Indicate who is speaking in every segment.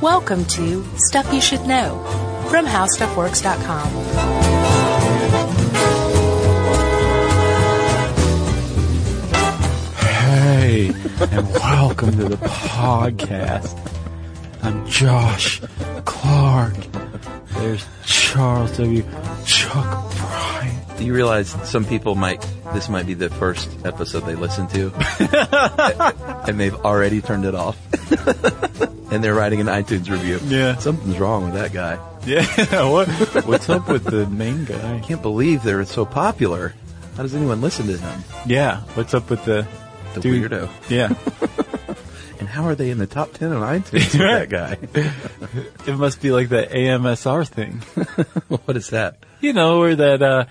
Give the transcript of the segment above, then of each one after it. Speaker 1: Welcome to Stuff You Should Know from HowStuffWorks.com.
Speaker 2: Hey, and welcome to the podcast. I'm Josh Clark. There's Charles W. Chuck Bryant.
Speaker 3: Do you realize some people might, this might be the first episode they listen to, and they've already turned it off, and they're writing an iTunes review.
Speaker 2: Yeah.
Speaker 3: Something's wrong with that guy.
Speaker 2: Yeah, what, what's up with the main guy?
Speaker 3: Can't believe they're so popular. How does anyone listen to him?
Speaker 2: Yeah, what's up with the
Speaker 3: The
Speaker 2: dude-
Speaker 3: weirdo.
Speaker 2: Yeah,
Speaker 3: And how are they in the top 10 on iTunes with
Speaker 2: Right.
Speaker 3: that guy?
Speaker 2: it must be like the AMSR thing.
Speaker 3: what is that?
Speaker 2: You know, where that uh,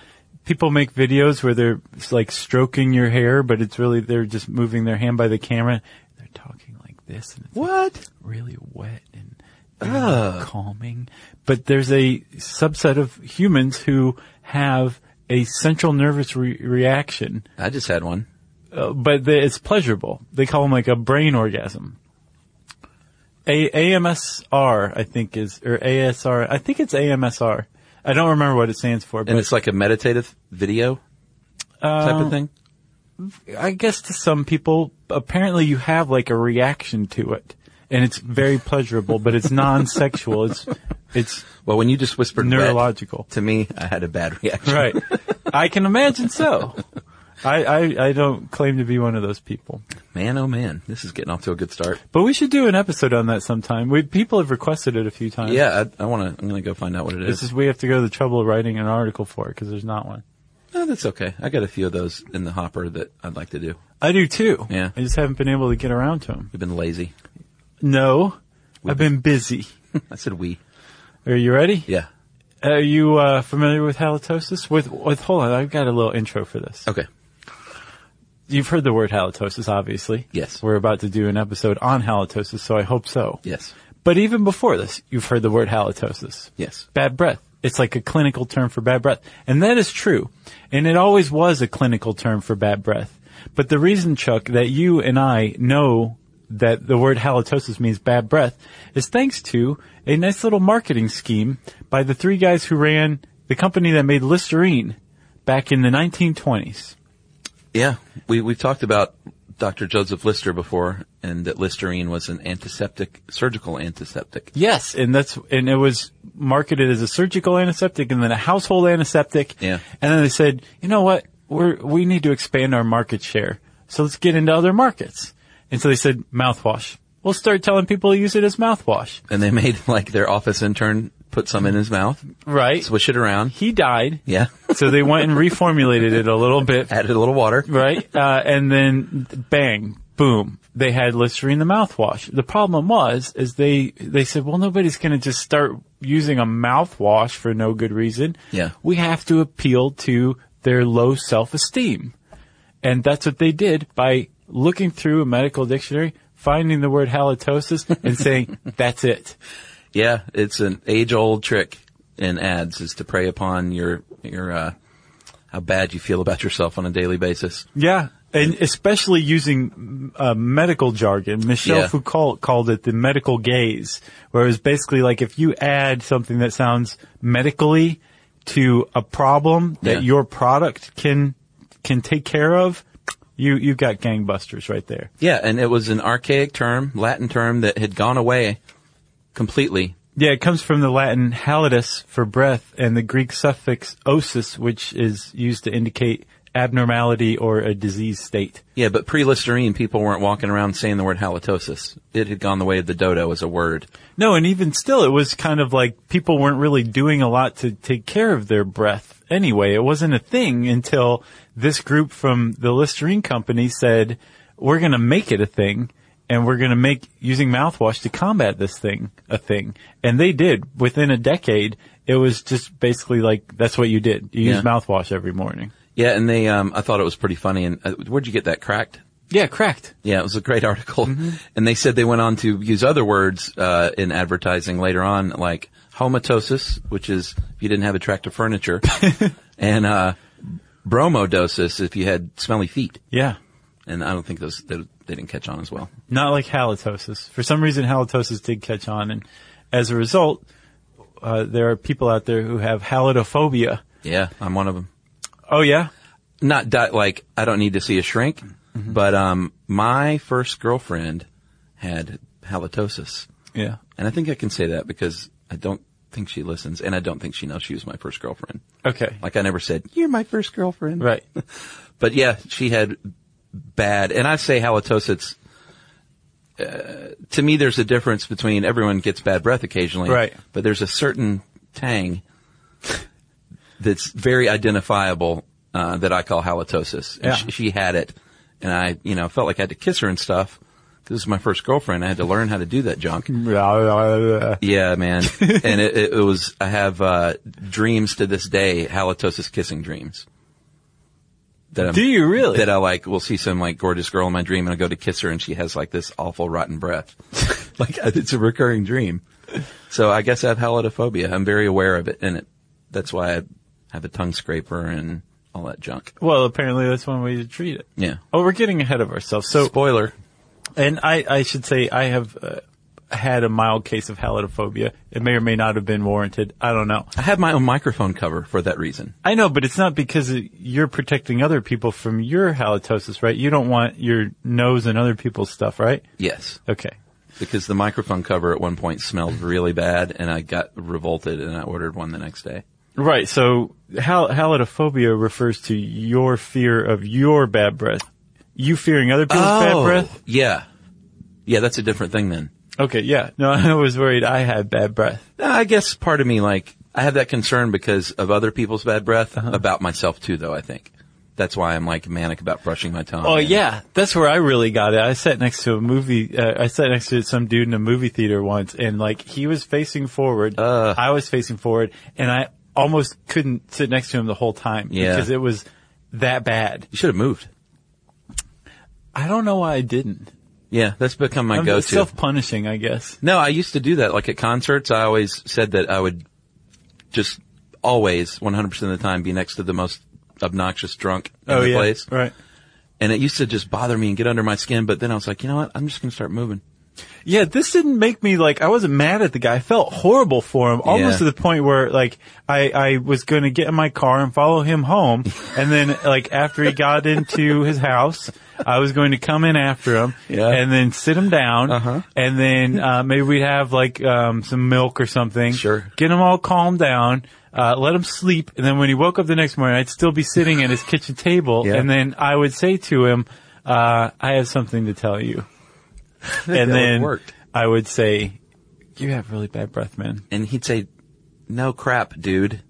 Speaker 2: people make videos where they're like stroking your hair, but it's really they're just moving their hand by the camera. They're talking like this, and it's
Speaker 3: What?
Speaker 2: really wet and
Speaker 3: Ugh.
Speaker 2: calming. But there's a subset of humans who have a central nervous re- reaction,
Speaker 3: I just had one.
Speaker 2: uh, but they, it's pleasurable. They call them like a brain orgasm. A- AMSR, I think is, or ASR. I think it's AMSR. I don't remember what it stands for,
Speaker 3: And
Speaker 2: but uh,
Speaker 3: it's like a meditative video type of thing?
Speaker 2: I guess to some people, apparently you have like a reaction to it. And it's very pleasurable, but it's non-sexual. It's, it's
Speaker 3: Well, when you just whispered wet,
Speaker 2: neurological.
Speaker 3: to me, I had a bad reaction.
Speaker 2: Right. I can imagine so. I, I, I don't claim to be one of those people.
Speaker 3: Man, oh man, this is getting off to a good start.
Speaker 2: But we should do an episode on that sometime. We, people have requested it a few times.
Speaker 3: Yeah, I, I want to. I'm going to go find out what it
Speaker 2: This
Speaker 3: is.
Speaker 2: is, we have to go to the trouble of writing an article for it because there's not one.
Speaker 3: No, that's okay. I got a few of those in the hopper that I'd like to do.
Speaker 2: I do too.
Speaker 3: Yeah.
Speaker 2: I just haven't been able to get around to them.
Speaker 3: We've been lazy.
Speaker 2: No. I've been busy.
Speaker 3: I said we.
Speaker 2: Are you ready?
Speaker 3: Yeah.
Speaker 2: Are you uh, familiar with halitosis? With, with, hold on, I've got a little intro for this.
Speaker 3: Okay.
Speaker 2: You've heard the word halitosis, obviously.
Speaker 3: Yes.
Speaker 2: We're about to do an episode on halitosis, so I hope so.
Speaker 3: Yes.
Speaker 2: But even before this, you've heard the word halitosis.
Speaker 3: Yes.
Speaker 2: Bad breath. It's like a clinical term for bad breath. And that is true. And it always was a clinical term for bad breath. But the reason, Chuck, that you and I know that the word halitosis means bad breath is thanks to a nice little marketing scheme by the three guys who ran the company that made Listerine back in the 1920s.
Speaker 3: Yeah. We we've talked about Dr. Joseph Lister before, and that Listerine was an antiseptic, surgical antiseptic.
Speaker 2: Yes, and that's and it was marketed as a surgical antiseptic and then a household antiseptic.
Speaker 3: Yeah.
Speaker 2: And then they said, you know what, we're we need to expand our market share, so let's get into other markets. And so they said mouthwash. We'll start telling people to use it as mouthwash.
Speaker 3: And they made like their office intern put some in his mouth,
Speaker 2: Right.
Speaker 3: swish it around.
Speaker 2: he died,
Speaker 3: Yeah.
Speaker 2: so they went and reformulated it a little bit.
Speaker 3: Added a little water.
Speaker 2: right? Uh, and then bang, boom, they had Listerine the mouthwash. The problem was, is they, they said, well, nobody's going to just start using a mouthwash for no good reason.
Speaker 3: Yeah.
Speaker 2: We have to appeal to their low self-esteem. And that's what they did by looking through a medical dictionary, finding the word halitosis and saying, that's it.
Speaker 3: Yeah, it's an age-old trick in ads is to prey upon your your uh, how bad you feel about yourself on a daily basis.
Speaker 2: Yeah. And especially using uh, medical jargon, Michelle
Speaker 3: Yeah.
Speaker 2: Foucault called it the medical gaze, where it was basically like if you add something that sounds medically to a problem that
Speaker 3: Yeah.
Speaker 2: your product can can take care of, you you got gangbusters right there.
Speaker 3: Yeah, and it was an archaic term, Latin term that had gone away completely.
Speaker 2: Yeah, it comes from the Latin halitus for breath and the Greek suffix osis, which is used to indicate abnormality or a disease state.
Speaker 3: Yeah, but pre-Listerine, people weren't walking around saying the word halitosis. It had gone the way of the dodo as a word.
Speaker 2: No, and even still, it was kind of like people weren't really doing a lot to take care of their breath anyway. It wasn't a thing until this group from the Listerine company said, we're going to make it a thing and we're going to make using mouthwash to combat this thing a thing. And they did within a decade. It was just basically like, that's what you did. You
Speaker 3: Yeah.
Speaker 2: use mouthwash every morning.
Speaker 3: Yeah, and they, um, I thought it was pretty funny. And uh, where'd you get that cracked?
Speaker 2: Yeah, cracked.
Speaker 3: Yeah, it was a great article. And they said they went on to use other words uh, in advertising later on, like homatosis, which is if you didn't have attractive furniture, and uh, bromodosis if you had smelly feet.
Speaker 2: Yeah.
Speaker 3: And I don't think those, those they didn't catch on as well.
Speaker 2: Not like halitosis. For some reason, halitosis did catch on, and as a result, uh, there are people out there who have halitophobia.
Speaker 3: Yeah, I'm one of them.
Speaker 2: Oh yeah,
Speaker 3: Not di- like I don't need to see a shrink, but um, my first girlfriend had halitosis,
Speaker 2: yeah.
Speaker 3: and I think I can say that because I don't think she listens, and I don't think she knows she was my first girlfriend.
Speaker 2: Okay,
Speaker 3: Like I never said you're my first girlfriend,
Speaker 2: right.
Speaker 3: But yeah, she had bad, and I say halitosis. Uh, to me, there's a difference between everyone gets bad breath occasionally,
Speaker 2: Right.
Speaker 3: But there's a certain tang that's very identifiable uh, that I call halitosis. And
Speaker 2: Yeah.
Speaker 3: she, she had it, and I, you know, felt like I had to kiss her and stuff. This is my first girlfriend. I had to learn how to do that junk. Yeah, man. and it, it, it was, I have, uh, dreams to this day, halitosis kissing dreams. That I'm,
Speaker 2: Do you really?
Speaker 3: That I like, will see some like gorgeous girl in my dream and I go to kiss her and she has like this awful rotten breath. like it's a recurring dream. So I guess I have halitophobia. I'm very aware of it and it, that's why I have a tongue scraper and all that junk.
Speaker 2: Well, apparently that's one way to treat it.
Speaker 3: Yeah.
Speaker 2: Oh, we're getting ahead of ourselves. So,
Speaker 3: Spoiler.
Speaker 2: and I, I should say I have uh, had a mild case of halitophobia. It may or may not have been warranted. I don't know.
Speaker 3: I have my own microphone cover for that reason.
Speaker 2: I know, but it's not because it- you're protecting other people from your halitosis, right? You don't want your nose and other people's stuff, right?
Speaker 3: Yes.
Speaker 2: Okay.
Speaker 3: because the microphone cover at one point smelled really bad and I got revolted and I ordered one the next day.
Speaker 2: Right. So hal- halitophobia refers to your fear of your bad breath. You fearing other people's bad breath?
Speaker 3: Yeah. Yeah, that's a different thing then.
Speaker 2: Okay. Yeah. No, I was worried I had bad breath.
Speaker 3: Uh, I guess part of me like, I have that concern because of other people's bad breath
Speaker 2: Uh-huh.
Speaker 3: about myself too though, I think. That's why I'm like manic about brushing my tongue.
Speaker 2: Oh
Speaker 3: and-
Speaker 2: yeah, that's where I really got it. I sat next to a movie. Uh, I sat next to some dude in a movie theater once, and like he was facing forward,
Speaker 3: Uh.
Speaker 2: I was facing forward, and I almost couldn't sit next to him the whole time
Speaker 3: Yeah.
Speaker 2: because it was that bad.
Speaker 3: You should have moved.
Speaker 2: I don't know why I didn't.
Speaker 3: Yeah, that's become my
Speaker 2: I'm
Speaker 3: go-to.
Speaker 2: self-punishing, I guess.
Speaker 3: No, I used to do that. Like at concerts, I always said that I would just always 100% of the time be next to the most obnoxious drunk in the
Speaker 2: Oh, yeah,
Speaker 3: place.
Speaker 2: right.
Speaker 3: and it used to just bother me and get under my skin. But then I was like, you know what? I'm just going to start moving.
Speaker 2: Yeah, this didn't make me like I wasn't mad at the guy. I felt horrible for him, almost
Speaker 3: Yeah.
Speaker 2: to the point where like I I was going to get in my car and follow him home, and then like after he got into his house, I was going to come in after him,
Speaker 3: Yeah.
Speaker 2: and then sit him down,
Speaker 3: Uh-huh.
Speaker 2: and then uh, maybe we'd have like um, some milk or something,
Speaker 3: Sure.
Speaker 2: get him all calmed down. Uh, let him sleep, and then when he woke up the next morning, I'd still be sitting at his kitchen table,
Speaker 3: Yeah.
Speaker 2: and then I would say to him, uh, "I have something to tell you." and
Speaker 3: that would
Speaker 2: then
Speaker 3: worked.
Speaker 2: I would say, "You have really bad breath, man."
Speaker 3: And he'd say, no crap, dude.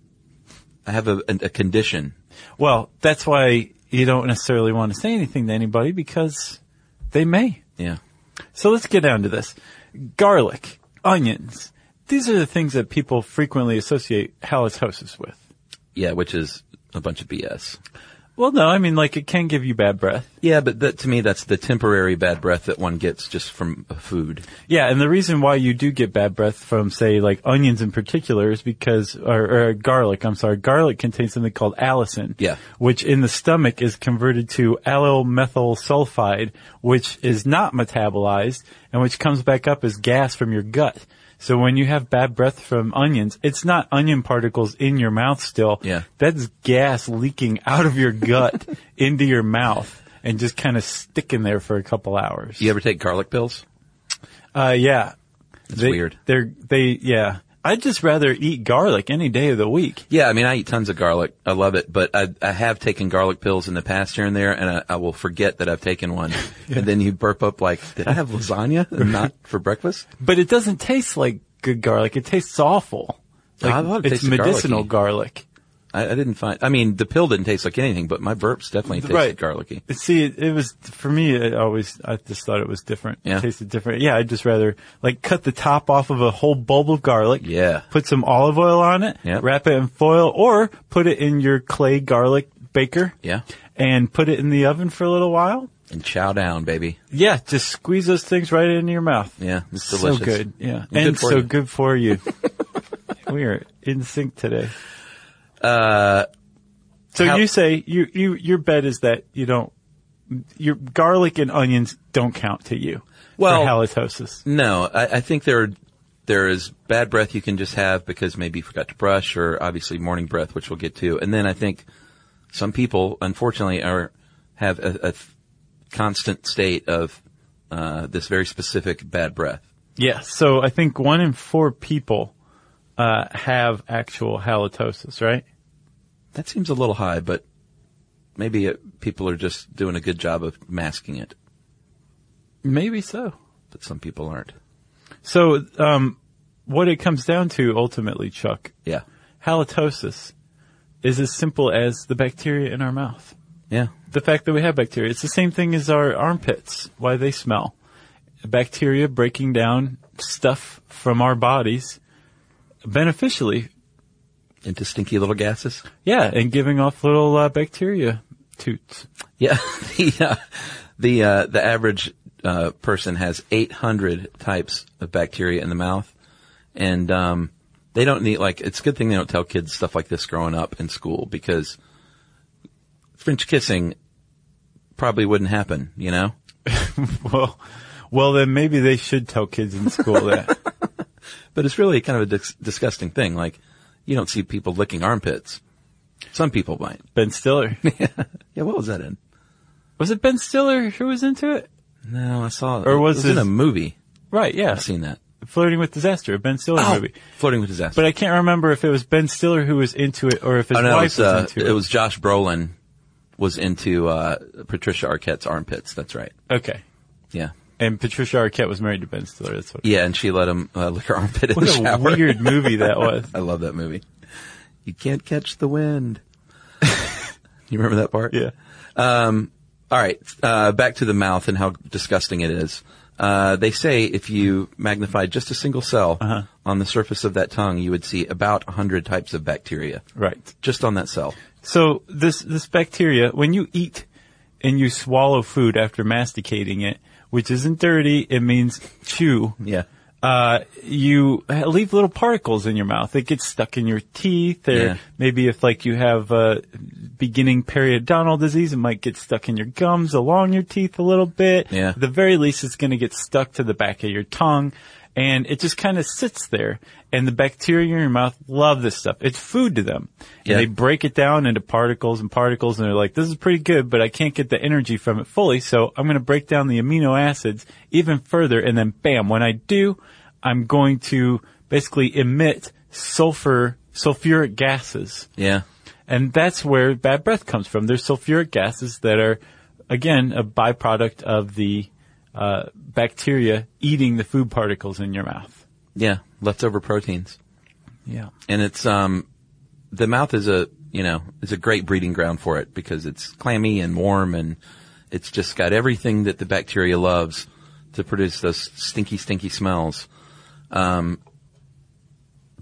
Speaker 3: I have a, a, a condition.
Speaker 2: Well, that's why you don't necessarily want to say anything to anybody because they may.
Speaker 3: Yeah.
Speaker 2: So let's get down to this: garlic, onions. These are the things that people frequently associate halitosis with.
Speaker 3: Yeah, which is a bunch of BS.
Speaker 2: Well, no, I mean like it can give you bad breath.
Speaker 3: Yeah, but that, to me, that's the temporary bad breath that one gets just from food.
Speaker 2: Yeah, and the reason why you do get bad breath from, say, like onions in particular is because, or, or garlic, I'm sorry, garlic contains something called allicin.
Speaker 3: Yeah.
Speaker 2: Which in the stomach is converted to allyl methyl sulfide, which is not metabolized and which comes back up as gas from your gut. So when you have bad breath from onions, it's not onion particles in your mouth still.
Speaker 3: Yeah.
Speaker 2: That's gas leaking out of your gut into your mouth and just kind of sticking there for a couple hours.
Speaker 3: You ever take garlic pills?
Speaker 2: Uh, yeah. It's
Speaker 3: weird.
Speaker 2: They're, they, yeah. I'd just rather eat garlic any day of the week.
Speaker 3: Yeah, I mean, I eat tons of garlic. I love it, but I, I have taken garlic pills in the past here and there, and I, I will forget that I've taken one. And then you burp up like, did I have lasagna and not for breakfast?
Speaker 2: But it doesn't taste like good garlic. It tastes awful. Like,
Speaker 3: I thought it
Speaker 2: it's
Speaker 3: tasted
Speaker 2: medicinal garlic.
Speaker 3: I, I didn't find. I mean, the pill didn't taste like anything, but my burps definitely tasted garlicky.
Speaker 2: See, it, it was, for me, it always, I just thought it was different.
Speaker 3: Yeah.
Speaker 2: It tasted different. Yeah, I'd just rather, like, cut the top off of a whole bulb of garlic.
Speaker 3: Yeah.
Speaker 2: Put some olive oil on it.
Speaker 3: Yep.
Speaker 2: Wrap it in foil or put it in your clay garlic baker.
Speaker 3: Yeah.
Speaker 2: And put it in the oven for a little while.
Speaker 3: And chow down, baby.
Speaker 2: Yeah, just squeeze those things right into your mouth.
Speaker 3: Yeah, it's
Speaker 2: so
Speaker 3: delicious.
Speaker 2: good. Yeah,
Speaker 3: And good
Speaker 2: and,
Speaker 3: for
Speaker 2: so
Speaker 3: you.
Speaker 2: good for you. we are in sync today. Uh, so
Speaker 3: how-
Speaker 2: you say you you your bet is that you don't your garlic and onions don't count to you
Speaker 3: Well-
Speaker 2: for halitosis.
Speaker 3: No, I, I think there are, there is bad breath you can just have because maybe you forgot to brush or obviously morning breath, which we'll get to. And then I think some people, unfortunately, are, have a, a f- constant state of, uh, this very specific bad breath.
Speaker 2: Yes. So I think one in four people uh, have actual halitosis, right?
Speaker 3: That seems a little high, but maybe it, people are just doing a good job of masking it,
Speaker 2: Maybe so.
Speaker 3: but some people aren't.
Speaker 2: So um, what it comes down to ultimately, Chuck,
Speaker 3: Yeah.
Speaker 2: halitosis is as simple as the bacteria in our mouth.
Speaker 3: Yeah.
Speaker 2: The fact that we have bacteria. It's the same thing as our armpits, why they smell. Bacteria breaking down stuff from our bodies beneficially.
Speaker 3: Into stinky little gases.
Speaker 2: Yeah, and giving off little uh, bacteria toots.
Speaker 3: Yeah, the uh, the uh, the average uh, person has 800 types of bacteria in the mouth, and um, they don't need like it's a good thing they don't tell kids stuff like this growing up in school because French kissing probably wouldn't happen, you know.
Speaker 2: Well, well, then maybe they should tell kids in school that.
Speaker 3: But it's really kind of a dis- disgusting thing. Like you don't see people licking armpits. Some people might.
Speaker 2: ben Stiller.
Speaker 3: Yeah, what was that in?
Speaker 2: Was it Ben Stiller who was into it?
Speaker 3: No, I saw.
Speaker 2: Or was
Speaker 3: it in
Speaker 2: this-
Speaker 3: a movie?
Speaker 2: Right, yeah.
Speaker 3: I've seen Oh, that.
Speaker 2: Flirting with Disaster, a Ben Stiller movie.
Speaker 3: Flirting with disaster.
Speaker 2: But I can't remember if it was Ben Stiller who was into it or if his
Speaker 3: Oh, no,
Speaker 2: wife
Speaker 3: it
Speaker 2: was,
Speaker 3: was, uh,
Speaker 2: into it.
Speaker 3: it was Josh Brolin was into uh, Patricia Arquette's armpits. That's right.
Speaker 2: Okay.
Speaker 3: Yeah.
Speaker 2: And Patricia Arquette was married to Ben Stiller. That's what.
Speaker 3: Yeah, and she let him uh, lick her armpit in
Speaker 2: What
Speaker 3: the
Speaker 2: a
Speaker 3: shower.
Speaker 2: weird movie that was.
Speaker 3: I love that movie. You can't catch the wind. you remember that part?
Speaker 2: Yeah.
Speaker 3: All right. Uh, back to the mouth and how disgusting it is. Uh, they say if you magnified just a single cell
Speaker 2: Uh-huh.
Speaker 3: on the surface of that tongue, you would see about 100 types of bacteria
Speaker 2: Right.
Speaker 3: just on that cell.
Speaker 2: So this this bacteria, when you eat and you swallow food after masticating it, which isn't dirty, it means chew.
Speaker 3: Yeah.
Speaker 2: Uh, you ha- leave little particles in your mouth. It gets stuck in your teeth, or
Speaker 3: Yeah.
Speaker 2: maybe if like you have uh, beginning periodontal disease, it might get stuck in your gums, along your teeth a little bit.
Speaker 3: Yeah.
Speaker 2: At the very least, it's going to get stuck to the back of your tongue, and it just kind of sits there. And the bacteria in your mouth love this stuff. It's food to them,
Speaker 3: Yeah.
Speaker 2: and they break it down into particles and particles, and they're like, "This is pretty good, but I can't get the energy from it fully, so I'm going to break down the amino acids even further, and then bam, when I do, I'm going to basically emit sulfur." Sulfuric gases.
Speaker 3: Yeah.
Speaker 2: And that's where bad breath comes from. There's sulfuric gases that are, again, a byproduct of the uh, bacteria eating the food particles in your mouth.
Speaker 3: Yeah. Leftover proteins.
Speaker 2: Yeah.
Speaker 3: and it's um the mouth is a you know is a great breeding ground for it because it's clammy and warm and it's just got everything that the bacteria loves to produce those stinky stinky smells um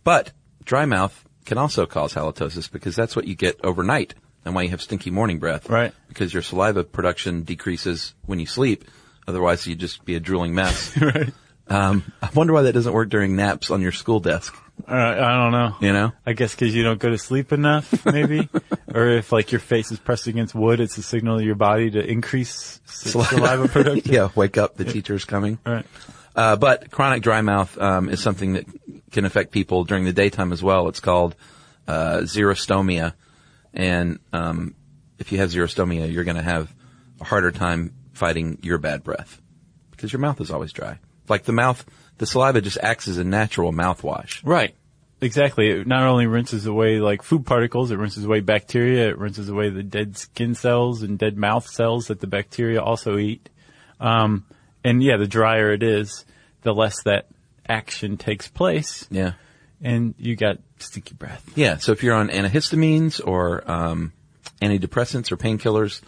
Speaker 3: but dry mouth can also cause halitosis because that's what you get overnight and why you have stinky morning breath
Speaker 2: Right.
Speaker 3: because your saliva production decreases when you sleep otherwise you'd just be a drooling mess right um, I wonder why that doesn't work during naps on your school desk,
Speaker 2: Uh, I don't know.
Speaker 3: you know?
Speaker 2: I guess because you don't go to sleep enough, maybe, or if like your face is pressed against wood, it's a signal to your body to increase s- saliva, production.
Speaker 3: yeah, wake up, the teacher's coming.
Speaker 2: All right.
Speaker 3: Uh, but chronic dry mouth um, is something that can affect people during the daytime as well. It's called uh, xerostomia, and um, if you have xerostomia, you're going to have a harder time fighting your bad breath because your mouth is always dry. Like the mouth, the saliva just acts as a natural mouthwash.
Speaker 2: Right. Exactly. It not only rinses away like food particles, it rinses away bacteria, it rinses away the dead skin cells and dead mouth cells that the bacteria also eat. Um, and yeah, the drier it is, the less that action takes place
Speaker 3: Yeah,
Speaker 2: and you got stinky breath.
Speaker 3: yeah. So if you're on antihistamines or um, antidepressants or painkillers,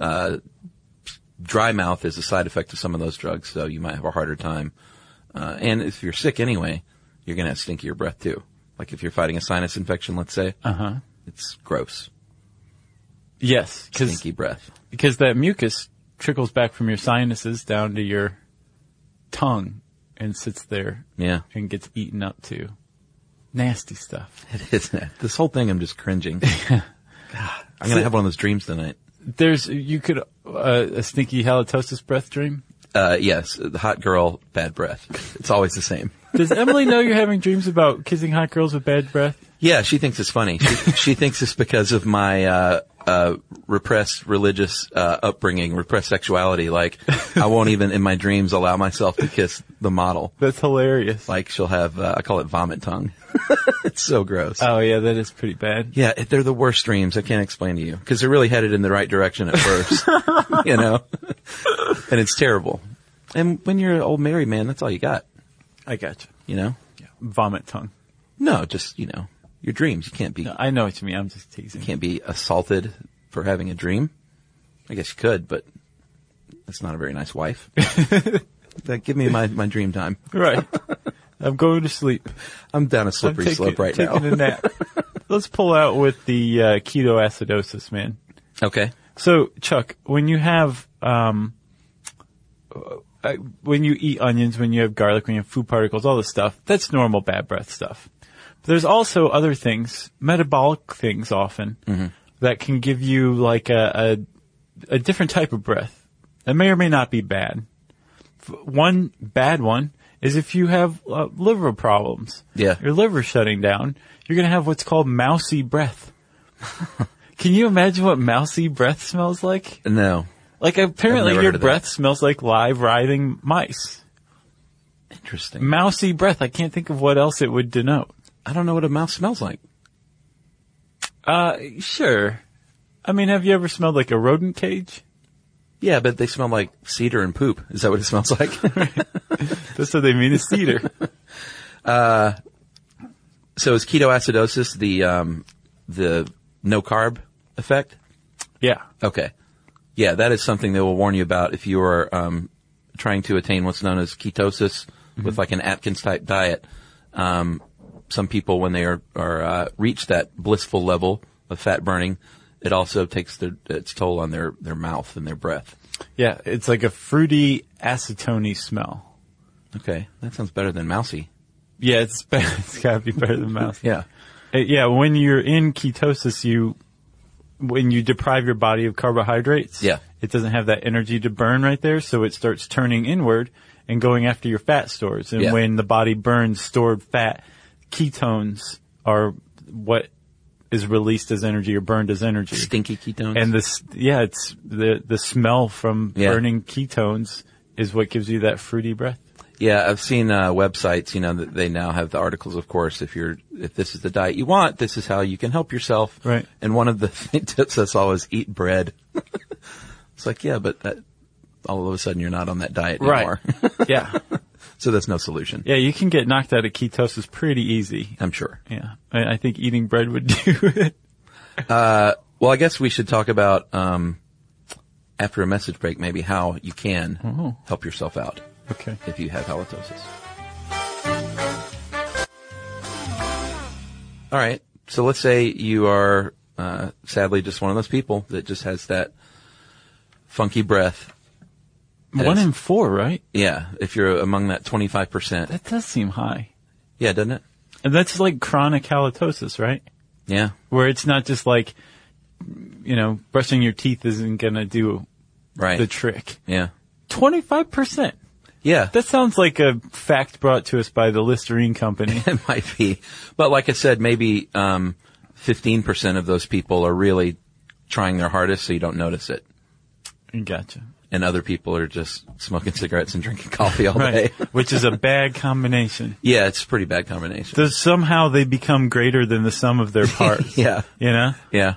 Speaker 3: uh, dry mouth is a side effect of some of those drugs, so you might have a harder time. Uh, and if you're sick anyway, you're going to have stinkier breath too. Like if you're fighting a sinus infection, let's say. Uh huh. It's gross.
Speaker 2: Yes. Cause,
Speaker 3: Stinky breath.
Speaker 2: because that mucus trickles back from your sinuses down to your tongue and sits there
Speaker 3: Yeah.
Speaker 2: and gets eaten up too. Nasty stuff.
Speaker 3: It is. This whole thing, I'm just cringing. God, I'm going to have one of those dreams tonight.
Speaker 2: There's you could uh, a stinky halitosis breath dream.
Speaker 3: Uh, yes, the hot girl, bad breath. It's always the same.
Speaker 2: Does Emily know you're having dreams about kissing hot girls with bad breath?
Speaker 3: Yeah, she thinks it's funny. She, she thinks it's because of my uh, uh, repressed religious uh, upbringing, repressed sexuality. Like, I won't even in my dreams allow myself to kiss the model.
Speaker 2: That's hilarious.
Speaker 3: Like, she'll have uh, I call it vomit tongue. it's so gross.
Speaker 2: Oh yeah, that is pretty bad.
Speaker 3: yeah, it- they're the worst dreams. I can't explain to you because they're really headed in the right direction at first, you know, and it's terrible. And when you're an old married man, that's all you got,
Speaker 2: I gotcha.
Speaker 3: you know.
Speaker 2: Vomit tongue.
Speaker 3: No, just you know, your dreams. You can't be
Speaker 2: I know what you mean. I'm just teasing.
Speaker 3: can't be assaulted for having a dream. I guess you could, but that's not a very nice wife. That- give me my, my dream time.
Speaker 2: Right. I'm going to sleep.
Speaker 3: I'm down a
Speaker 2: I'm
Speaker 3: slippery
Speaker 2: taking-
Speaker 3: slope right
Speaker 2: taking
Speaker 3: now.
Speaker 2: a nap. Let's pull out with the uh, ketoacidosis, man.
Speaker 3: okay.
Speaker 2: So, Chuck, when you have, um, uh, when you eat onions, when you have garlic, when you have food particles, all this stuff, that's normal bad breath stuff. But there's also other things, metabolic things often, that can give you like a, a, a different type of breath that may or may not be bad. F- One bad one is if you have uh, liver problems.
Speaker 3: Yeah.
Speaker 2: Your liver's shutting down. You're going to have what's called mousy breath. Can you imagine what mousy breath smells like?
Speaker 3: No.
Speaker 2: Like apparently
Speaker 3: never
Speaker 2: your
Speaker 3: heard of
Speaker 2: breath smells like live writhing mice.
Speaker 3: Interesting.
Speaker 2: Mousy breath. I can't think of what else it would denote.
Speaker 3: I don't know what a mouse smells like.
Speaker 2: Uh, sure. I mean, have you ever smelled like a rodent cage?
Speaker 3: Yeah, but they smell like cedar and poop. Is that what it smells like?
Speaker 2: That's what they mean is cedar.
Speaker 3: so is ketoacidosis the um, the no carb effect?
Speaker 2: yeah.
Speaker 3: Okay. Yeah, that is something they will warn you about if you are um, trying to attain what's known as ketosis with like an Atkins type diet. Um, some people, when they are, are uh, reach that blissful level of fat burning, it also takes their, its toll on their, their mouth and their breath.
Speaker 2: Yeah. It's like a fruity acetone smell.
Speaker 3: Okay, that sounds better than mousy.
Speaker 2: Yeah. It's better. It's gotta be better than mouse.
Speaker 3: Yeah.
Speaker 2: Uh, yeah. When you're in ketosis, you, when you deprive your body of carbohydrates,
Speaker 3: Yeah.
Speaker 2: it doesn't have that energy to burn right there. So it starts turning inward and going after your fat stores. And
Speaker 3: Yeah.
Speaker 2: when the body burns stored fat, ketones are what is released as energy or burned as energy.
Speaker 3: Stinky ketones.
Speaker 2: And this, yeah, it's the, the smell from
Speaker 3: Yeah.
Speaker 2: burning ketones is what gives you that fruity breath.
Speaker 3: Yeah, I've seen uh, websites. You know, that they now have the articles. Of course, if you're if this is the diet you want, this is how you can help yourself.
Speaker 2: Right.
Speaker 3: And one of the tips that's always eat bread. it's like, yeah, but that all of a sudden you're not on that diet anymore,
Speaker 2: yeah.
Speaker 3: so that's no solution.
Speaker 2: Yeah. You can get knocked out of ketosis pretty easy.
Speaker 3: I'm sure.
Speaker 2: Yeah. I, I think eating bread would do it.
Speaker 3: Well, I guess we should talk about um, after a message break, maybe how you can help yourself out
Speaker 2: Okay.
Speaker 3: if you have halitosis. All right. So let's say you are uh, sadly just one of those people that just has that funky breath.
Speaker 2: One
Speaker 3: is.
Speaker 2: in four, right?
Speaker 3: Yeah, if you're among that 25%.
Speaker 2: That does seem high.
Speaker 3: Yeah, doesn't it?
Speaker 2: And that's like chronic halitosis, right?
Speaker 3: Yeah.
Speaker 2: Where it's not just like, you know, brushing your teeth isn't going to do
Speaker 3: Right.
Speaker 2: the trick.
Speaker 3: yeah.
Speaker 2: 25%.
Speaker 3: Yeah.
Speaker 2: That sounds like a fact brought to us by the Listerine company.
Speaker 3: it might be. But like I said, maybe um, 15% of those people are really trying their hardest so you don't notice it.
Speaker 2: gotcha.
Speaker 3: And other people are just smoking cigarettes and drinking coffee all
Speaker 2: Right.
Speaker 3: day.
Speaker 2: Which is a bad combination.
Speaker 3: Yeah, it's a pretty bad combination.
Speaker 2: There's somehow they become greater than the sum of their parts.
Speaker 3: Yeah.
Speaker 2: You know?
Speaker 3: Yeah.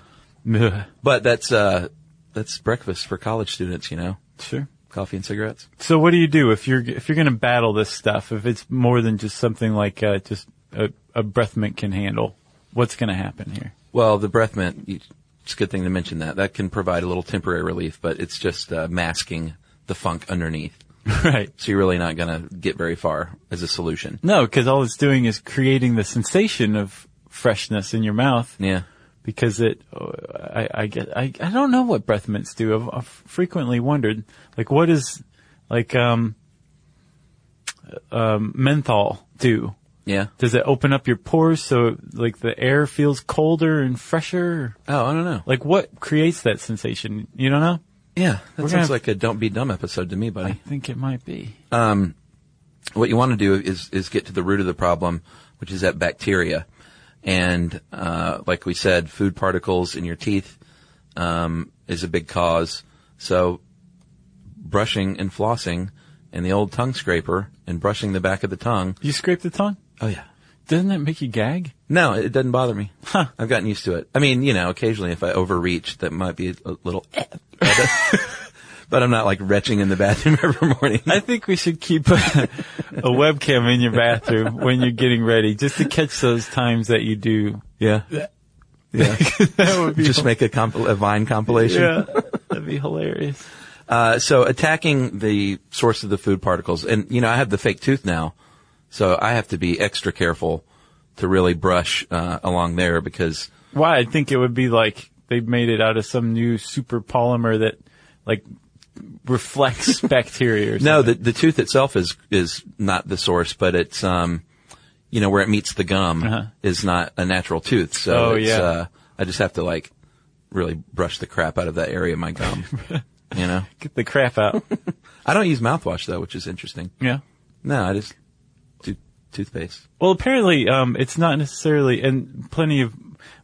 Speaker 2: Ugh.
Speaker 3: But that's uh that's breakfast for college students, you know.
Speaker 2: Sure.
Speaker 3: Coffee and cigarettes.
Speaker 2: So what do you do if you're, if you're going to battle this stuff, if it's more than just something like, uh, just a, a breath mint can handle, what's going to happen here?
Speaker 3: Well, the breath mint, you, it's a good thing to mention that. That can provide a little temporary relief, but it's just uh, masking the funk underneath.
Speaker 2: right.
Speaker 3: So you're really not going to get very far as a solution.
Speaker 2: No, because all it's doing is creating the sensation of freshness in your mouth.
Speaker 3: Yeah.
Speaker 2: Because it, oh, I, I get, I, I don't know what breath mints do. I've, I've frequently wondered, like, what is, like, um, um, uh, menthol do?
Speaker 3: Yeah.
Speaker 2: Does it open up your pores so like the air feels colder and fresher?
Speaker 3: Oh, I don't know.
Speaker 2: Like what creates that sensation? You don't know?
Speaker 3: Yeah,
Speaker 2: We're
Speaker 3: that
Speaker 2: gonna-
Speaker 3: sounds like a don't be dumb episode to me,
Speaker 2: I
Speaker 3: buddy.
Speaker 2: think it might be.
Speaker 3: Um, what you want to do is is get to the root of the problem, which is that bacteria, and uh, like we said, food particles in your teeth um, is a big cause. So, brushing and flossing, and the old tongue scraper, and brushing the back of the tongue.
Speaker 2: You scrape the tongue?
Speaker 3: Oh yeah.
Speaker 2: Doesn't that make you gag?
Speaker 3: No, it doesn't bother me. I've gotten used to it. I mean, you know, occasionally if I overreach, that might be a little, eh, but I'm not like retching in the bathroom every morning.
Speaker 2: I think we should keep a, a webcam in your bathroom when you're getting ready just to catch those times that you do.
Speaker 3: Yeah. Yeah.
Speaker 2: That would be
Speaker 3: Just make a, comp- a Vine compilation.
Speaker 2: Yeah. That'd be hilarious.
Speaker 3: Uh, so attacking the source of the food particles. And, you know, I have the fake tooth now, so I have to be extra careful to really brush, uh, along there because,
Speaker 2: Why? I think it would be like they've made it out of some new super polymer that like reflects bacteria or something.
Speaker 3: no, the, the tooth itself is, is not the source, but it's, um, you know, where it meets the gum
Speaker 2: Uh-huh.
Speaker 3: is not a natural tooth. So
Speaker 2: Oh,
Speaker 3: it's,
Speaker 2: yeah.
Speaker 3: uh, I just have to like really brush the crap out of that area of my gum, you know?
Speaker 2: Get the crap out.
Speaker 3: I don't use mouthwash though, which is interesting.
Speaker 2: yeah.
Speaker 3: No, I just do toothpaste.
Speaker 2: Well, apparently, um, it's not necessarily, and plenty of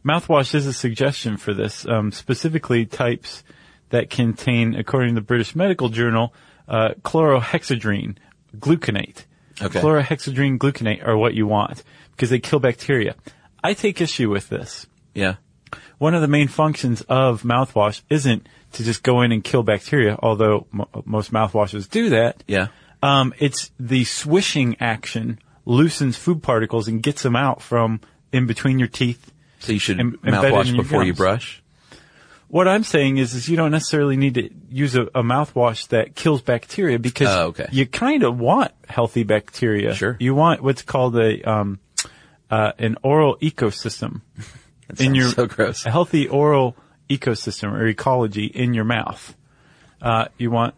Speaker 2: mouthwash is a suggestion for this, um, specifically types that contain, according to the British Medical Journal, uh, chlorohexadrine gluconate.
Speaker 3: Okay.
Speaker 2: Chlorohexadrine gluconate are what you want because they kill bacteria. I take issue with this.
Speaker 3: Yeah.
Speaker 2: One of the main functions of mouthwash isn't to just go in and kill bacteria, although mo most mouthwashes do that.
Speaker 3: Yeah.
Speaker 2: Um, it's the swishing action loosens food particles and gets them out from in between your teeth.
Speaker 3: So you should
Speaker 2: Em- embedded in
Speaker 3: mouthwash
Speaker 2: your
Speaker 3: before you
Speaker 2: gums.
Speaker 3: brush.
Speaker 2: What I'm saying is, is you don't necessarily need to use a, a mouthwash that kills bacteria because
Speaker 3: Oh, okay.
Speaker 2: you kind of want healthy bacteria.
Speaker 3: Sure.
Speaker 2: You want what's called a um, uh, an oral ecosystem in
Speaker 3: sounds
Speaker 2: your
Speaker 3: so gross.
Speaker 2: a healthy oral ecosystem or ecology in your mouth. Uh, you want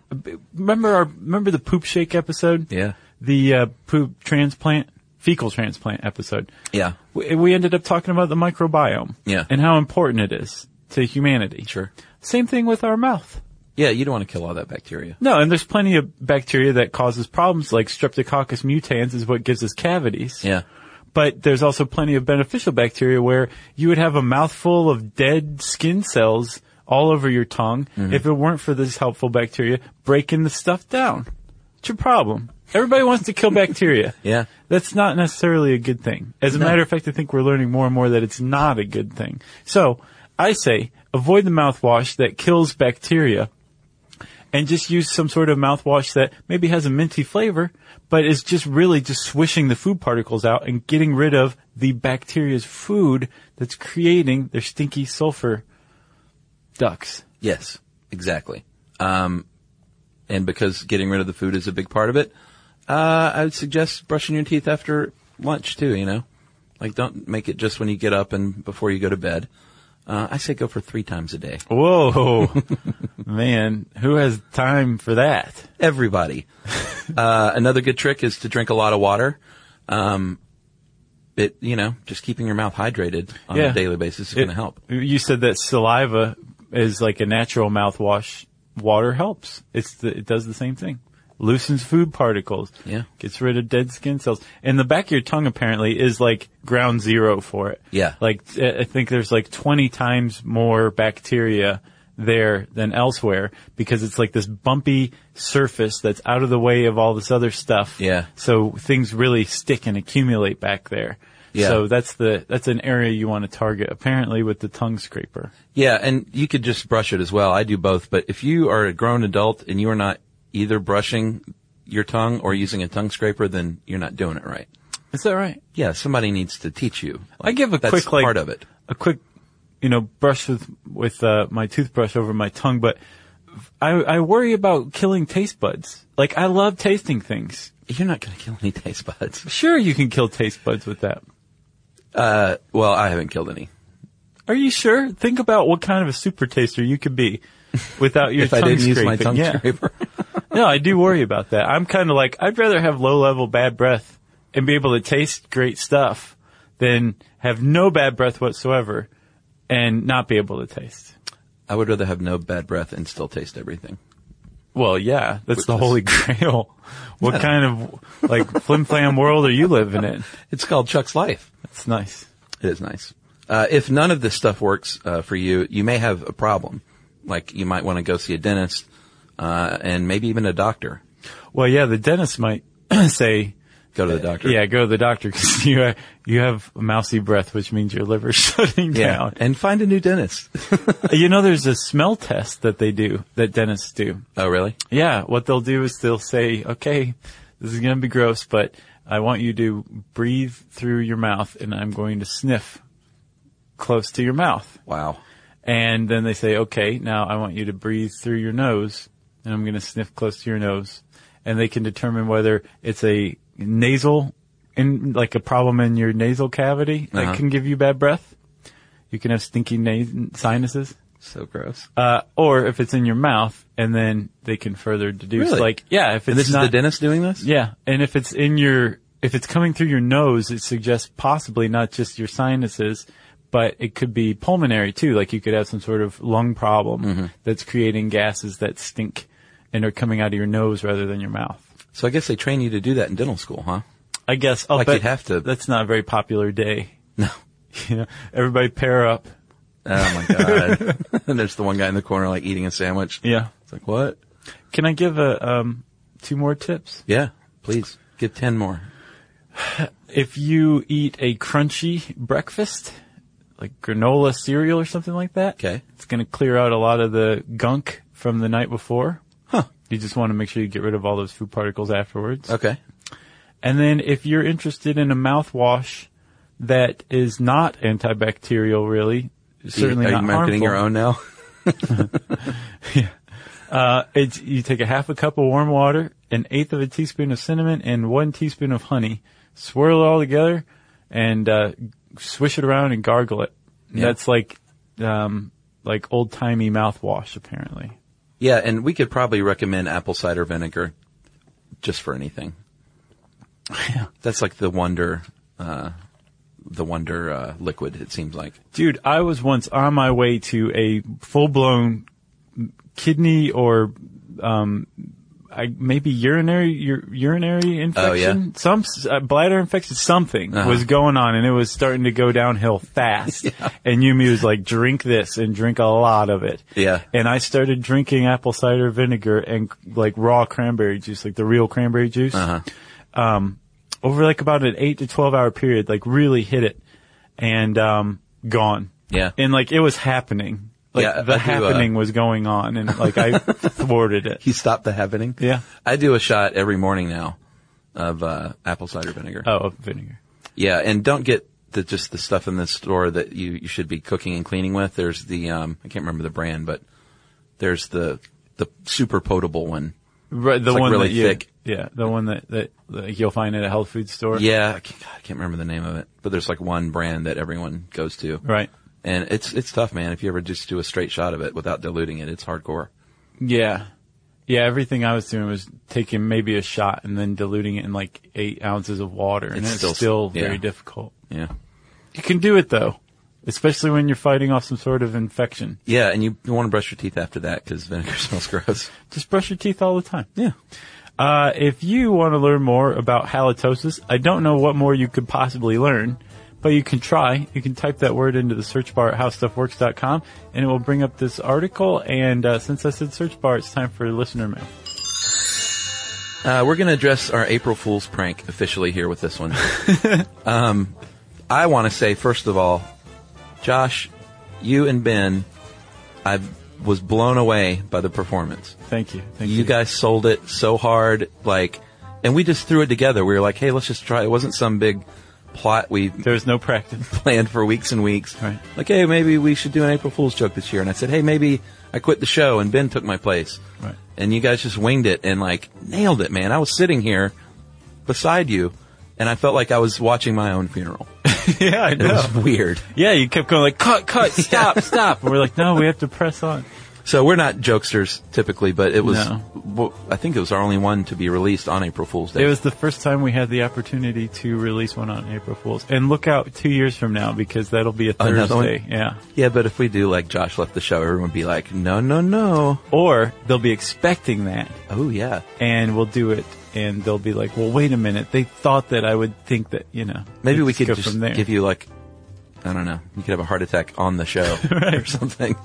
Speaker 2: remember our remember the poop shake episode?
Speaker 3: Yeah.
Speaker 2: the uh, poop transplant, fecal transplant episode.
Speaker 3: Yeah.
Speaker 2: We, we ended up talking about the microbiome.
Speaker 3: Yeah.
Speaker 2: And how important it is to humanity.
Speaker 3: Sure.
Speaker 2: Same thing with our mouth.
Speaker 3: Yeah. You don't want to kill all that bacteria.
Speaker 2: No, and there's plenty of bacteria that causes problems like streptococcus mutans is what gives us cavities.
Speaker 3: Yeah.
Speaker 2: But there's also plenty of beneficial bacteria where you would have a mouthful of dead skin cells all over your tongue if it weren't for this helpful bacteria breaking the stuff down. It's your problem. Everybody wants to kill bacteria.
Speaker 3: Yeah.
Speaker 2: That's not necessarily a good thing. As a matter of fact, I think we're learning more and more that it's not a good thing. So I say avoid the mouthwash that kills bacteria and just use some sort of mouthwash that maybe has a minty flavor, but is just really just swishing the food particles out and getting rid of the bacteria's food that's creating their stinky sulfur ducks.
Speaker 3: Yes. Exactly. Um, and because getting rid of the food is a big part of it, uh, I would suggest brushing your teeth after lunch too, you know? Like don't make it just when you get up and before you go to bed. Uh, I say go for three times a day.
Speaker 2: Whoa, man, who has time for that?
Speaker 3: everybody. uh, another good trick is to drink a lot of water. Um, it, you know, just keeping your mouth hydrated on
Speaker 2: Yeah.
Speaker 3: a daily basis is
Speaker 2: It-
Speaker 3: going to help.
Speaker 2: You said that saliva is like a natural mouthwash. Water helps. It's the, it does the same thing. Loosens food particles.
Speaker 3: Yeah.
Speaker 2: Gets rid of dead skin cells. And the back of your tongue apparently is like ground zero for it.
Speaker 3: Yeah.
Speaker 2: Like I I think there's like 20 times more bacteria there than elsewhere because it's like this bumpy surface that's out of the way of all this other stuff.
Speaker 3: Yeah.
Speaker 2: So things really stick and accumulate back there.
Speaker 3: Yeah.
Speaker 2: So that's the that's an area you want to target apparently with the tongue scraper.
Speaker 3: Yeah, and you could just brush it as well. I do both, but if you are a grown adult and you are not either brushing your tongue or using a tongue scraper, then you're not doing it right.
Speaker 2: Is that right?
Speaker 3: Yeah, somebody needs to teach you.
Speaker 2: I give a
Speaker 3: that's
Speaker 2: quick like
Speaker 3: part of it.
Speaker 2: A quick, you know, brush with with uh, my toothbrush over my tongue, but I I worry about killing taste buds. Like I love tasting things.
Speaker 3: You're not going to kill any taste buds.
Speaker 2: Sure, you can kill taste buds with that.
Speaker 3: Uh, well, I haven't killed any.
Speaker 2: Are you sure? Think about what kind of a super taster you could be without your
Speaker 3: If I
Speaker 2: tongue
Speaker 3: didn't use
Speaker 2: scraping.
Speaker 3: my tongue
Speaker 2: yeah.
Speaker 3: scraper.
Speaker 2: no, I do worry about that. I'm kind of like I'd rather have low level bad breath and be able to taste great stuff than have no bad breath whatsoever and not be able to taste.
Speaker 3: I would rather have no bad breath and still taste everything.
Speaker 2: Well, yeah, that's the
Speaker 3: Which is-
Speaker 2: holy grail. What kind of like flim flam world are you living in?
Speaker 3: It's called Chuck's Life.
Speaker 2: That's nice.
Speaker 3: It is nice. Uh, if none of this stuff works uh, for you, you may have a problem. Like you might want to go see a dentist, uh, and maybe even a doctor.
Speaker 2: Well, yeah, the dentist might say,
Speaker 3: Go to the doctor.
Speaker 2: yeah, go to the doctor because you, uh, you have mousy breath, which means your liver's shutting
Speaker 3: yeah,
Speaker 2: down.
Speaker 3: and find a new dentist.
Speaker 2: You know, there's a smell test that they do, that dentists do.
Speaker 3: oh, really?
Speaker 2: Yeah, what they'll do is they'll say, okay, this is going to be gross, but I want you to breathe through your mouth and I'm going to sniff close to your mouth.
Speaker 3: Wow.
Speaker 2: And then they say, okay, now I want you to breathe through your nose and I'm going to sniff close to your nose. And they can determine whether it's a nasal in like a problem in your nasal cavity that
Speaker 3: Uh-huh.
Speaker 2: can give you bad breath. You can have stinky nas- sinuses
Speaker 3: So gross.
Speaker 2: uh, or if it's in your mouth, and then they can further deduce.
Speaker 3: Really?
Speaker 2: Like, yeah, if it's
Speaker 3: and this
Speaker 2: not,
Speaker 3: is the dentist doing this?
Speaker 2: yeah, and if it's in your, if it's coming through your nose, it suggests possibly not just your sinuses, but it could be pulmonary too. Like you could have some sort of lung problem
Speaker 3: Mm-hmm.
Speaker 2: that's creating gases that stink and are coming out of your nose rather than your mouth.
Speaker 3: So I guess they train you to do that in dental school, huh?
Speaker 2: I guess I'll
Speaker 3: Like
Speaker 2: bet
Speaker 3: you'd have to-
Speaker 2: That's not a very popular day.
Speaker 3: No.
Speaker 2: You know, everybody pair up.
Speaker 3: Oh my god. and there's the one guy in the corner like eating a sandwich.
Speaker 2: Yeah.
Speaker 3: It's like what?
Speaker 2: Can I give a um, two more tips?
Speaker 3: Yeah. Please give ten more.
Speaker 2: if you eat a crunchy breakfast, like granola cereal or something like that,
Speaker 3: Okay.
Speaker 2: it's going to clear out a lot of the gunk from the night before.
Speaker 3: Huh.
Speaker 2: You just want to make sure you get rid of all those food particles afterwards.
Speaker 3: Okay.
Speaker 2: And then if you're interested in a mouthwash that is not antibacterial, really, certainly
Speaker 3: Are you
Speaker 2: not
Speaker 3: marketing
Speaker 2: harmful,
Speaker 3: your own now?
Speaker 2: Uh, it's, you take a half a cup of warm water, an eighth of a teaspoon of cinnamon, and one teaspoon of honey. Swirl it all together and uh, swish it around and gargle it.
Speaker 3: Yeah.
Speaker 2: That's like um, like old timey mouthwash, apparently.
Speaker 3: Yeah, and we could probably recommend apple cider vinegar just for anything. That's like the wonder, uh, the wonder, uh, liquid, it seems like.
Speaker 2: Dude, I was once on my way to a full blown kidney or um, I, maybe urinary ur- urinary infection, some s- uh, bladder infection, something
Speaker 3: Oh, Uh-huh.
Speaker 2: was going on, and it was starting to go downhill fast. And Yumi was like, "Drink this and drink a lot of it."
Speaker 3: Yeah.
Speaker 2: And I started drinking apple cider vinegar and like raw cranberry juice, like the real cranberry juice
Speaker 3: Uh-huh.
Speaker 2: over like about an eight to twelve hour period, like really hit it, and um, gone.
Speaker 3: Yeah.
Speaker 2: and like it was happening. Like
Speaker 3: Yeah,
Speaker 2: the
Speaker 3: I do, uh,
Speaker 2: happening was going on, and like I thwarted it.
Speaker 3: He stopped the happening?
Speaker 2: Yeah.
Speaker 3: I do a shot every morning now of, uh, apple cider vinegar.
Speaker 2: Oh, vinegar.
Speaker 3: Yeah, and don't get the, just the stuff in the store that you, you should be cooking and cleaning with. There's the, um, I can't remember the brand, but there's the, the super potable one.
Speaker 2: Right, the
Speaker 3: It's, like,
Speaker 2: one
Speaker 3: really
Speaker 2: that you,
Speaker 3: thick.
Speaker 2: Yeah, the one that that like, you'll find at a health food store.
Speaker 3: Yeah, I can't, God, I can't remember the name of it, but there's like one brand that everyone goes to.
Speaker 2: Right.
Speaker 3: And it's it's tough, man. If you ever just do a straight shot of it without diluting it, it's hardcore.
Speaker 2: Yeah. Yeah, everything I was doing was taking maybe a shot and then diluting it in like eight ounces of water, and
Speaker 3: It's
Speaker 2: it's
Speaker 3: still-
Speaker 2: still,
Speaker 3: yeah.
Speaker 2: very difficult.
Speaker 3: Yeah,
Speaker 2: You can do it though, especially when you're fighting off some sort of infection.
Speaker 3: yeah. And you, you want to brush your teeth after that because vinegar smells gross.
Speaker 2: Just brush your teeth all the time. Yeah. Uh, if you want to learn more about halitosis, I don't know what more you could possibly learn, but you can try. You can type that word into the search bar at howstuffworks.com and it will bring up this article. And uh, since I said search bar, it's time for listener mail.
Speaker 3: Uh, we're gonna address our April Fool's prank officially here with this one. um, I want to say first of all, Josh, you and Ben, I was blown away by the performance.
Speaker 2: Thank you. Thank you.
Speaker 3: you guys sold it so hard, like, and we just threw it together. We were like, hey, let's just try. It wasn't some big plot we
Speaker 2: There was no practice.
Speaker 3: planned for weeks and weeks.
Speaker 2: Right.
Speaker 3: Like, hey, maybe we should do an April Fool's joke this year. And I said, hey, maybe I quit the show and Ben took my place.
Speaker 2: Right.
Speaker 3: And you guys just winged it and like nailed it, man. I was sitting here beside you and I felt like I was watching my own funeral.
Speaker 2: yeah, I
Speaker 3: It was weird.
Speaker 2: Yeah, you kept going like, cut, cut, stop, stop. And we're like, no, we have to press on.
Speaker 3: So we're not jokesters typically, but it was,
Speaker 2: No.
Speaker 3: well, I think it was our only one to be released on April Fool's Day.
Speaker 2: It was the first time we had the opportunity to release one on April Fools. And look out two years from now because that'll be a
Speaker 3: Another one?
Speaker 2: Thursday. Yeah.
Speaker 3: yeah, but if we do like Josh left the show, everyone would be like, no, no, no.
Speaker 2: Or they'll be expecting that
Speaker 3: Oh yeah.
Speaker 2: and we'll do it and they'll be like, well, wait a minute. They thought that I would think that, you know,
Speaker 3: Maybe we
Speaker 2: let's
Speaker 3: could
Speaker 2: go
Speaker 3: just
Speaker 2: from there.
Speaker 3: give you like, I don't know, you could have a heart attack on the show or something.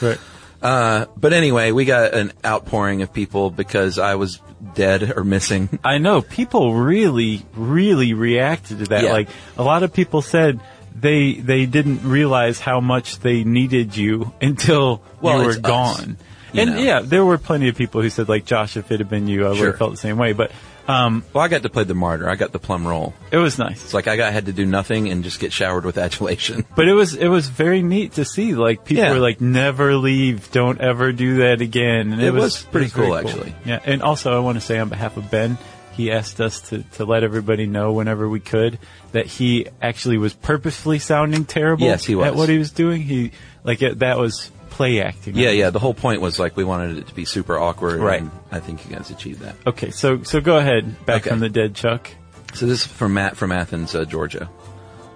Speaker 2: Right.
Speaker 3: But anyway, we got an outpouring of people because I was dead or missing.
Speaker 2: I know people really, really reacted to that.
Speaker 3: Yeah.
Speaker 2: Like a lot of people said they they didn't realize how much they needed you until
Speaker 3: Well,
Speaker 2: you were
Speaker 3: it's us,
Speaker 2: gone.
Speaker 3: you
Speaker 2: and
Speaker 3: know.
Speaker 2: yeah, there were plenty of people who said like Josh, if it had been you, I would
Speaker 3: Sure.
Speaker 2: have felt the same way. But um,
Speaker 3: Well, I got to play the martyr. I got the plum roll.
Speaker 2: it was nice.
Speaker 3: It's like I got had to do nothing and just get showered with adulation.
Speaker 2: But it was it was very neat to see. Like people
Speaker 3: Yeah.
Speaker 2: were like, "Never leave, don't ever do that again." And it,
Speaker 3: It was pretty
Speaker 2: very
Speaker 3: cool, actually.
Speaker 2: Yeah, and also I want to say on behalf of Ben, he asked us to to let everybody know whenever we could that he actually was purposefully sounding terrible.
Speaker 3: Yes, he was.
Speaker 2: at what he was doing. He like it, that was play acting.
Speaker 3: Yeah, yeah. The whole point was like we wanted it to be super awkward.
Speaker 2: Right.
Speaker 3: And I think you guys achieved that.
Speaker 2: Okay, so so go ahead back
Speaker 3: Okay.
Speaker 2: from the dead, Chuck.
Speaker 3: So this is from Matt from Athens, uh, Georgia.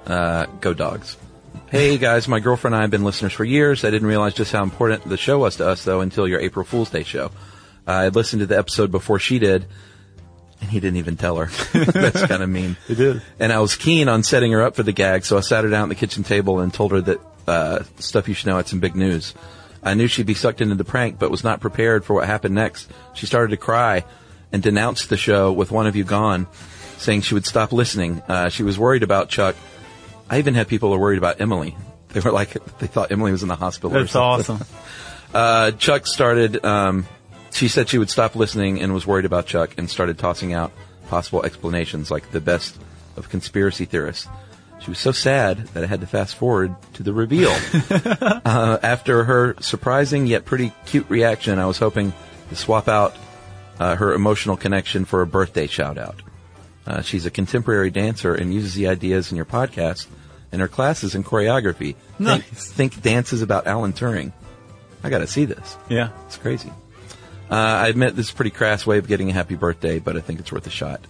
Speaker 3: Uh, go dogs. Hey guys, my girlfriend and I have been listeners for years. I didn't realize just how important the show was to us though until your April Fool's Day show. I listened to the episode before she did, and he didn't even tell her. That's kind of mean.
Speaker 2: It is.
Speaker 3: And I was keen on setting her up for the gag, so I sat her down at the kitchen table and told her that uh, stuff you should know had some big news. I knew she'd be sucked into the prank, but was not prepared for what happened next. She started to cry and denounced the show with one of you gone, saying she would stop listening. Uh, she was worried about Chuck. I even had people who were worried about Emily. They were like, they thought Emily was in the hospital. or
Speaker 2: That's
Speaker 3: something.
Speaker 2: awesome.
Speaker 3: Uh, Chuck started. Um, she said she would stop listening and was worried about Chuck and started tossing out possible explanations like the best of conspiracy theorists. She was so sad that I had to fast forward to the reveal. uh, after her surprising yet pretty cute reaction, I was hoping to swap out uh, her emotional connection for a birthday shout out. Uh, she's a contemporary dancer and uses the ideas in your podcast and her classes in choreography.
Speaker 2: Nice.
Speaker 3: Think, think dances about Alan Turing. I got to see this.
Speaker 2: Yeah.
Speaker 3: It's crazy. Uh, I admit this is a pretty crass way of getting a happy birthday, but I think it's worth a shot.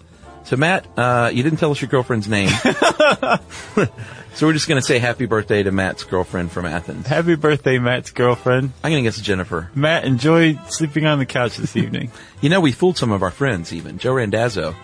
Speaker 3: So, Matt, uh, you didn't tell us your girlfriend's name. so, we're just going to say happy birthday to Matt's girlfriend from Athens.
Speaker 2: Happy birthday, Matt's girlfriend.
Speaker 3: I'm going to guess Jennifer.
Speaker 2: Matt, enjoy sleeping on the couch this evening.
Speaker 3: You know, we fooled some of our friends even. Joe Randazzo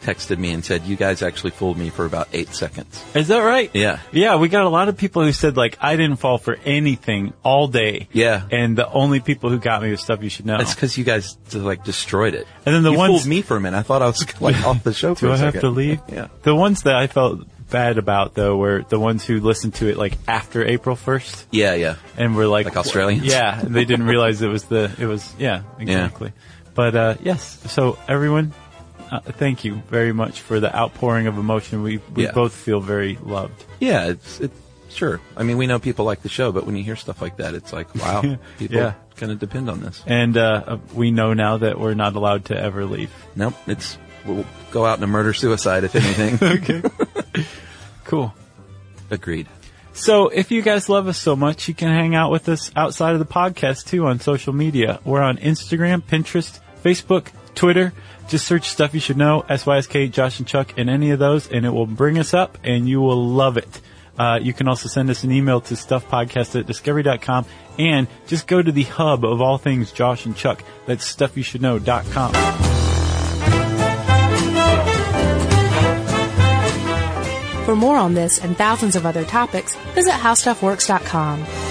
Speaker 3: texted me and said, You guys actually fooled me for about eight seconds.
Speaker 2: Is that right?
Speaker 3: Yeah.
Speaker 2: Yeah, we got a lot of people who said like I didn't fall for anything all day.
Speaker 3: Yeah.
Speaker 2: And the only people who got me was stuff you should know.
Speaker 3: That's because you guys like destroyed it.
Speaker 2: And then the
Speaker 3: you
Speaker 2: ones-
Speaker 3: fooled me for a minute. I thought I was like off the show. for
Speaker 2: Do
Speaker 3: a
Speaker 2: I have
Speaker 3: second.
Speaker 2: to leave?
Speaker 3: Yeah.
Speaker 2: The ones that I felt bad about though were the ones who listened to it like after April 1st
Speaker 3: Yeah, yeah.
Speaker 2: and were like
Speaker 3: Like Australians?
Speaker 2: Yeah, they didn't realize it was the it was yeah, exactly. But uh yes, so everyone uh, thank you very much for the outpouring of emotion. We we
Speaker 3: Yeah.
Speaker 2: both feel very loved.
Speaker 3: Yeah, it's it, sure. I mean, we know people like the show, but when you hear stuff like that, it's like, wow, people
Speaker 2: Yeah.
Speaker 3: kind of depend on this.
Speaker 2: And uh, we know now that we're not allowed to ever leave.
Speaker 3: Nope, it's we'll go out in a murder suicide if anything.
Speaker 2: Okay. cool.
Speaker 3: Agreed.
Speaker 2: So if you guys love us so much, you can hang out with us outside of the podcast too on social media. We're on Instagram, Pinterest, Facebook, Twitter. Just search stuff you should know, SYSK, Josh and Chuck, and any of those, and it will bring us up and you will love it. Uh, you can also send us an email to stuffpodcast at discovery.com and just go to the hub of all things Josh and Chuck. That's stuffyoushouldknow.com.
Speaker 1: For more on this and thousands of other topics, visit howstuffworks.com.